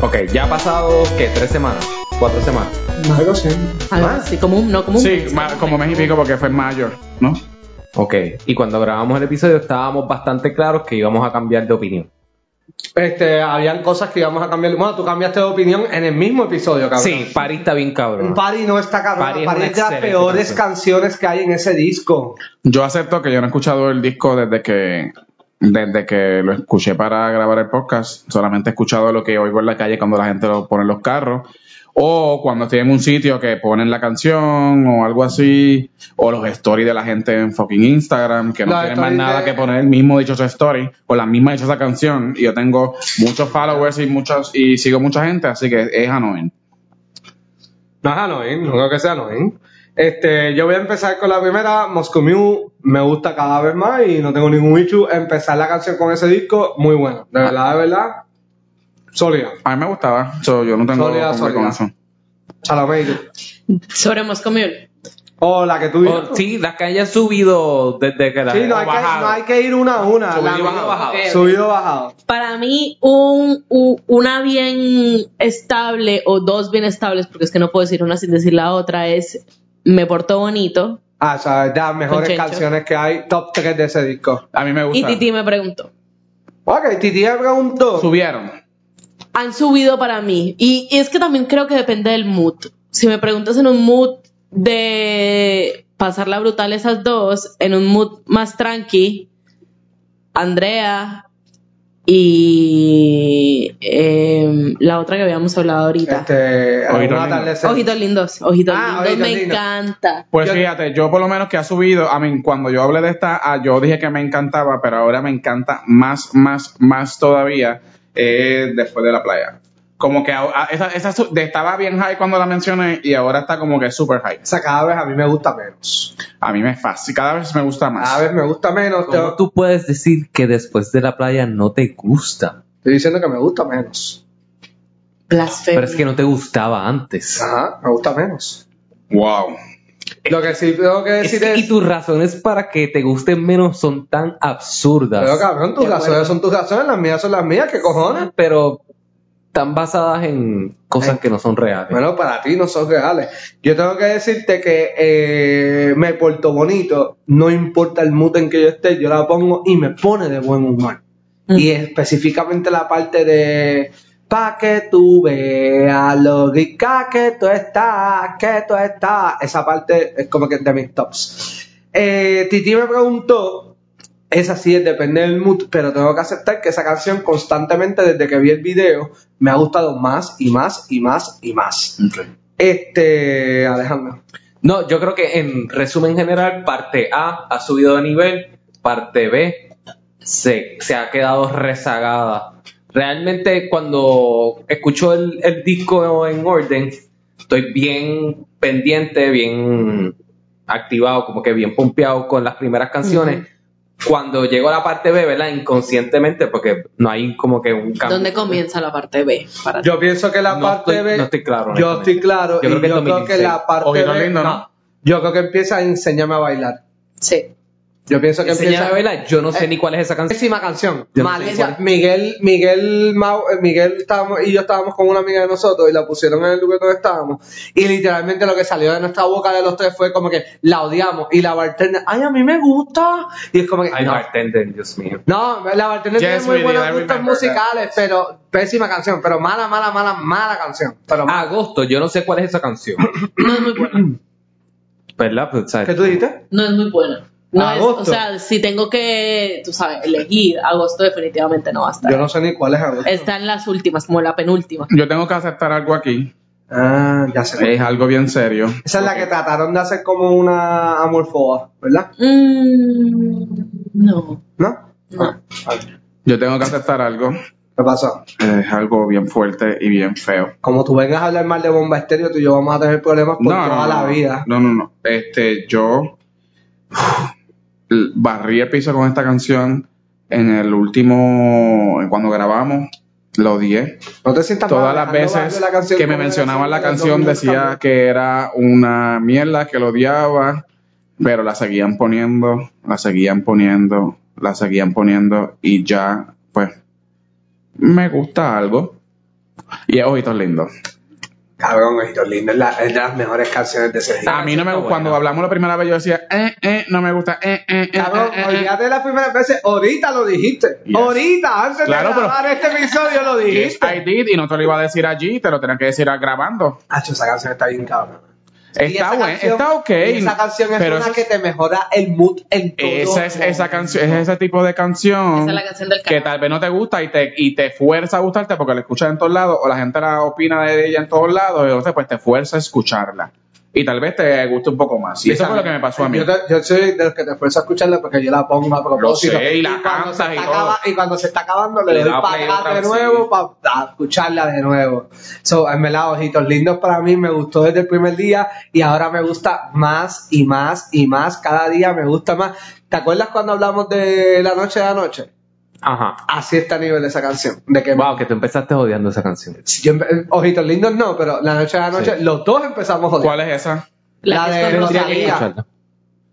Ok, ya ha pasado, ¿qué? ¿Tres semanas? ¿Cuatro semanas? Más. Algo así. Algo ¿Ah? así, como un, no, como un Sí, mes. ma- como mes y pico porque fue en mayo, ¿no? Ok, y cuando grabamos el episodio estábamos bastante claros que íbamos a cambiar de opinión. Este, habían cosas que íbamos a cambiar. Bueno, tú cambiaste de opinión en el mismo episodio, cabrón. Sí, París está bien cabrón. Party no está cabrón. Party Party, es una es de las excelente peores canción. canciones que hay en ese disco. Yo acepto que yo no he escuchado el disco desde que desde que lo escuché para grabar el podcast. Solamente he escuchado lo que oigo en la calle cuando la gente lo pone en los carros. O cuando estoy en un sitio que ponen la canción o algo así. O los stories de la gente en fucking Instagram que no Los tienen más stories nada de- que poner el mismo dichoso story o la misma dichosa canción. Y yo tengo muchos followers y muchos y sigo mucha gente, así que es annoying. No es Anoin, no creo que sea Anoin. Este, yo voy a empezar con la primera, Moscow Mule, me gusta cada vez más y no tengo ningún issue. Empezar la canción con ese disco, muy bueno. De verdad, de verdad, sólida. A mí me gustaba, so, yo no tengo Sólida, conflicto con sólida. eso. Salomé. y tú. Sobre Moscomule. O la que tú O- Oh, sí, las que hayan subido desde que la Sí, no hay, que, bajado. no hay que ir una a una. Subido, La- bajado, bajado. Ok, ok. Subido, bajado. Para mí, un, u- una bien estable o dos bien estables, porque es que no puedo decir una sin decir la otra, es Me portó bonito Ah, o sea, de las mejores Chencho. canciones que hay, top 3 de ese disco. A mí me y gusta. Titi me preguntó. Ok, Titi me preguntó. Subieron. han subido para mí. Y, y es que también creo que depende del mood. Si me preguntas en un mood de pasarla brutal esas dos, en un mood más tranqui, Andrea y em, la otra que habíamos hablado ahorita. Este, Ojito algún lindo. atardecer. Ojitos lindos, ojitos Ah, lindos, Ojitos me Lindos. encanta. Pues Yo- fíjate, yo por lo menos que ha subido, a mí cuando yo hablé de esta, ah, yo dije que me encantaba, pero ahora me encanta más, más, más todavía eh, después de la playa. Como que ah, ah, esa, esa su- de- estaba bien high cuando la mencioné y ahora está como que super high. Esa cada vez a mí me gusta menos. A mí me fascina, cada vez me gusta Cada más. vez me gusta menos. ¿Cómo Te, tú puedes decir que después de la playa no te gusta? estoy diciendo que me gusta menos. Blasfemia. Pero es que no te gustaba antes. Ajá, me gusta menos. Wow. Lo que sí tengo que Es decir que- es. y tus razones para que te gusten menos son tan absurdas. Pero ¿eh? cabrón, tus De acuerdo. razones son tus razones, las mías son las mías, ¿qué cojones? Pero están basadas en cosas que no son reales. Eh, Bueno, para ti no son reales. Yo tengo que decirte que eh, me porto bonito, no importa el mood en que yo esté, yo la pongo y me pone de buen humor. Mm. Y específicamente la parte de pa' que tú veas lo rica que tú estás, que tú estás. Esa parte es como que de mis tops. Eh, Titi me preguntó, esa sí es depende del mood, pero tengo que aceptar que esa canción constantemente desde que vi el video me ha gustado más y más y más y más. Este, Alejandro. No, yo creo que en resumen general, parte A ha subido de nivel, parte B se, se ha quedado rezagada. Realmente cuando escucho el, el disco en orden, estoy bien pendiente, bien activado, como que bien pompeado con las primeras canciones. Cuando llego a la parte B, ¿verdad? Inconscientemente, porque no hay como que un cambio. ¿Dónde comienza la parte B? Para ti? Yo pienso que la No parte estoy- B. no estoy claro, Yo honestamente. estoy claro. Yo y creo que es yo creo que 2016. la parte Oído B. lindo, ¿no? Yo creo que empieza a enséñame a bailar. Sí. Yo pienso que Enseñar empieza. a bailar, yo no sé ni cuál es esa canción. Pésima canción. Yo no Malicia. sé cuál. Miguel, Miguel, Mau- eh, Miguel estábamos, y yo estábamos con una amiga de nosotros y la pusieron en el lugar donde estábamos. Y literalmente lo que salió de nuestra boca de los tres fue como que la odiamos. Y la bartender, ay, a mí me gusta. Y es como que. Ay, eh, no. bartender, Dios mío. No, la bartender Yes, tiene muy we did, buenos I gustos remember that. musicales, pero pésima canción, pero mala, mala, mala, mala canción. Pero mala. Ah, Agosto, yo no sé cuál es esa canción. No es muy buena. ¿Verdad? Pues, Ah. ¿sabes? ¿Qué tú dijiste? No es muy buena. No es- o Agosto. sea, si tengo que, tú sabes, elegir, agosto definitivamente no va a estar. Yo no sé ni cuál es agosto. Está en las últimas, como la penúltima. Yo tengo que aceptar algo aquí. Ah, ya sé. Es algo bien serio. Esa es la que trataron de hacer como una amorfoba, ¿verdad? Mm, no, ¿No? Ah, Ah. no. Yo tengo que aceptar algo. ¿Qué pasó? Es algo bien fuerte y bien feo. Como tú vengas a hablar mal de Bomba Estéreo, tú y yo vamos a tener problemas por toda la vida. No, no, no. Este, yo barrí el piso con esta canción en el último, cuando grabamos, lo odié. No te sientas Todas mal, las Alejandro Barrio, veces la canción que me como mencionaban la de los canción 2000 decía también. que era una mierda, que lo odiaba, pero la seguían poniendo, la seguían poniendo, la seguían poniendo y ya, pues, me gusta algo. Y es Ojitos Lindos. Cabrón, Ojitos Lindos es, la- es de las mejores canciones de ese disco. A mí no me bueno. gusta, cuando hablamos la primera vez yo decía, eh, eh, no me gusta, eh, eh, eh, Cabrón, eh, eh, eh. olvídate de las primeras veces. Ahorita lo dijiste. Yes. Ahorita, antes Claro, de pero- grabar este episodio, lo Yes, eh". I dijiste. did, y no te lo iba a decir allí, te lo tenía que decir ah, grabando. Hacho, esa canción está bien cabrón. Y Está esa bueno, canción- está ok. y esa canción es pero una esa- que te mejora el mood en todo. Esa es esa momento. canción, es ese tipo de canción, Esa es la canción del que carajo. tal vez no te gusta y te, y te fuerza a gustarte porque la escuchas en todos lados o la gente la opina de ella en todos lados, y entonces pues te fuerza a escucharla. Y tal vez te guste un poco más. Y eso fue lo que me pasó a mí. Yo, te- yo soy de los que te esfuerzo a escucharla porque yo la pongo a propósito. Lo sé, y la cuando se cantas y está todo. acaba- y cuando se está acabando, le, Le doy da para play atrás otra de vez, nuevo sí. para escucharla de nuevo. So, en verdad, Ojitos Lindos para mí me gustó desde el primer día y ahora me gusta más y más y más. Cada día me gusta más. ¿Te acuerdas cuando hablamos de La Noche de la Noche? Ajá. Así está a nivel esa canción. De que Wow, que tú empezaste odiando esa canción. si yo empe- Ojitos Lindos no, pero La Noche de la Noche, Sí. los dos empezamos jodiendo. ¿Cuál es esa? La, La que de es con Rosalía. Rosalía. Escucharla.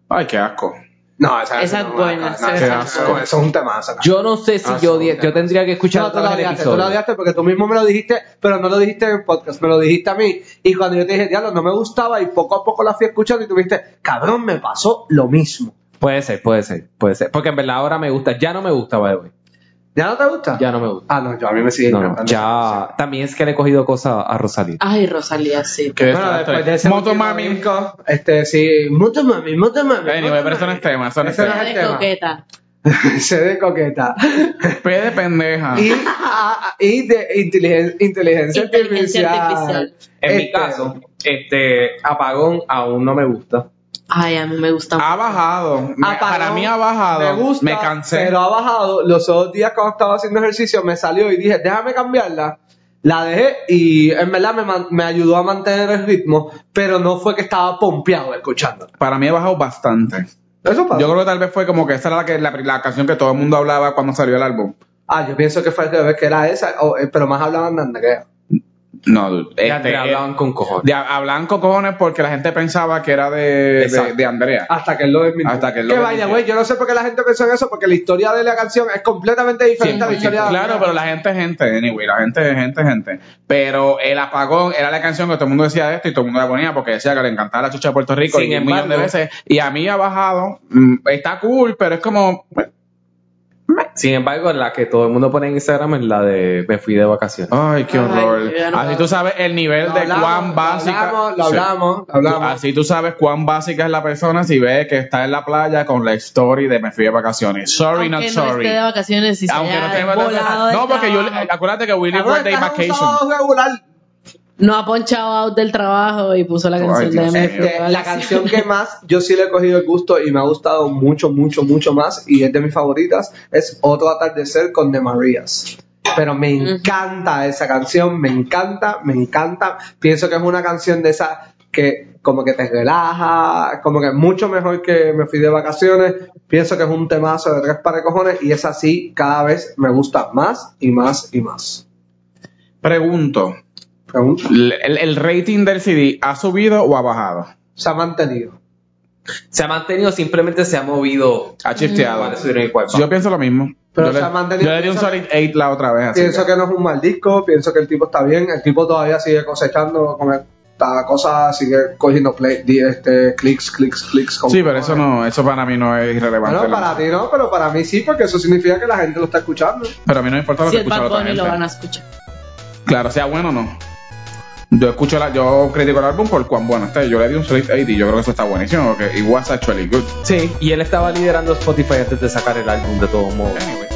Ay, qué asco. No, esa, Esa es no me buena, acuerdo. No, esa esa- es esa- buena. Eso es un tema. esa Yo no sé si Ah, yo sí, odie- ya. yo tendría que escuchar No, tú otra la vez el odiaste, tú episodio. la odiaste porque tú mismo me lo dijiste, pero no lo dijiste en el podcast, me lo dijiste a mí. Y cuando yo te dije, diablo, no me gustaba y poco a poco la fui escuchando y tú me dijiste, cabrón, me pasó lo mismo. Puede ser, puede ser, puede ser. Porque en verdad ahora me gusta. Ya no me gusta, by the way. ¿Ya no te gusta? Ya no me gusta. Ah, no, yo a mí me sigue No, no, encantando esa canción. ya. También es que le he cogido cosas a Rosalía. Ay, Rosalía, sí. Qué Bueno, desastre. después de ese Motomami. último disco, este, sí, Motomami, Motomami. Anyway, pero eso no es tema, este, eso no es Ese no La tema. es el de tema. coqueta. Se ve coqueta. P de pendeja. Y, ah, y de inteligen- inteligencia, Inteligencia artificial. artificial. En mi Este, caso, este apagón aún no me gusta. Ay, a mí me gusta. Ha bajado. Me- Apagó. Para mí ha bajado. Ah, Me gusta, Me cansé. Pero ha bajado. Los dos días cuando estaba haciendo ejercicio me salió y dije, déjame cambiarla. La dejé y en verdad me, man- me ayudó a mantener el ritmo, pero no fue que estaba pompeado escuchándola. Para mí ha bajado bastante. Eso pasa. Yo creo que tal vez fue como que esa era la, que, la, la canción que todo el mundo hablaba cuando salió el álbum. ah, yo pienso que fue el revés, que era esa, o- eh, pero más hablaban de Andrea. No, dude, Ya este, te hablaban con cojones. de- hablaban con cojones porque la gente pensaba que era de, de, Exacto. de Andrea. Hasta que él lo desmintió. Hasta que él lo Que vaya, desmintió. güey, yo no sé por qué la gente pensó en eso, porque la historia de la canción es completamente diferente a la historia de Claro, pero la gente es gente, anyway, la gente es gente, gente. Pero el apagón era la canción que todo el mundo decía de esto y todo el mundo la ponía porque decía que le encantaba la chucha de Puerto Rico Sin y un embargo- millón de veces. Y a mí ha bajado, mm, está cool, pero es como, bueno, Sin embargo, la que todo el mundo pone en Instagram es la de me fui de vacaciones. ay, qué Ay, horror. yo ya no Así puedo. tú sabes el nivel de cuán básica. Lo hablamos, lo Sí. hablamos, lo hablamos. Así tú sabes cuán básica es la persona si ve que está en la playa con la story de me fui de vacaciones. Sorry, Aunque not no sorry. esté de vacaciones y se Aunque no haya esté de volado vacaciones. del No, porque yo, trabajo. acuérdate que we live Cabrón, birthday estás en un vacation. sábado regular. no ha ponchado out del trabajo y puso la Ay, canción Dios de mío. Messi. Este, la canción que más yo sí le he cogido el gusto y me ha gustado mucho, mucho, mucho más y es de mis favoritas es Otro Atardecer con De Marías. Pero me encanta esa canción, me encanta, me encanta. Pienso que es una canción de esa que como que te relaja, como que es mucho mejor que me fui de vacaciones. Pienso que es un temazo de tres pares de cojones y es así, cada vez me gusta más y más y más. Pregunto, Pregunta. ¿el, el rating del CD ha subido o ha bajado? Se ha mantenido. Se ha mantenido, simplemente se ha movido. Ha chisteado. Vale, subieron el cuerpo. Yo pienso lo mismo. Mm. Pero yo, se le, ha mantenido- yo le di un solid 8 la otra vez. así Pienso que no es un mal disco, pienso que el tipo está bien, el tipo todavía sigue cosechando con esta cosa, sigue cogiendo play, di- este, clics, clics, clics. con- Sí, pero eso no, eso para mí no es irrelevante. Bueno, para ti no, pero para mí sí, porque eso significa que la gente lo está escuchando. Pero a mí no me importa lo Si que es escucha la Bad otra Bunny gente. lo van a escuchar. Claro, sea bueno o no. Yo escucho la, yo critico el álbum por cuán bueno está. Yo le di un solid 8 y yo creo que eso está buenísimo. porque it was actually good. Sí, y él estaba liderando Spotify antes de sacar el álbum de todos modos. Anyway.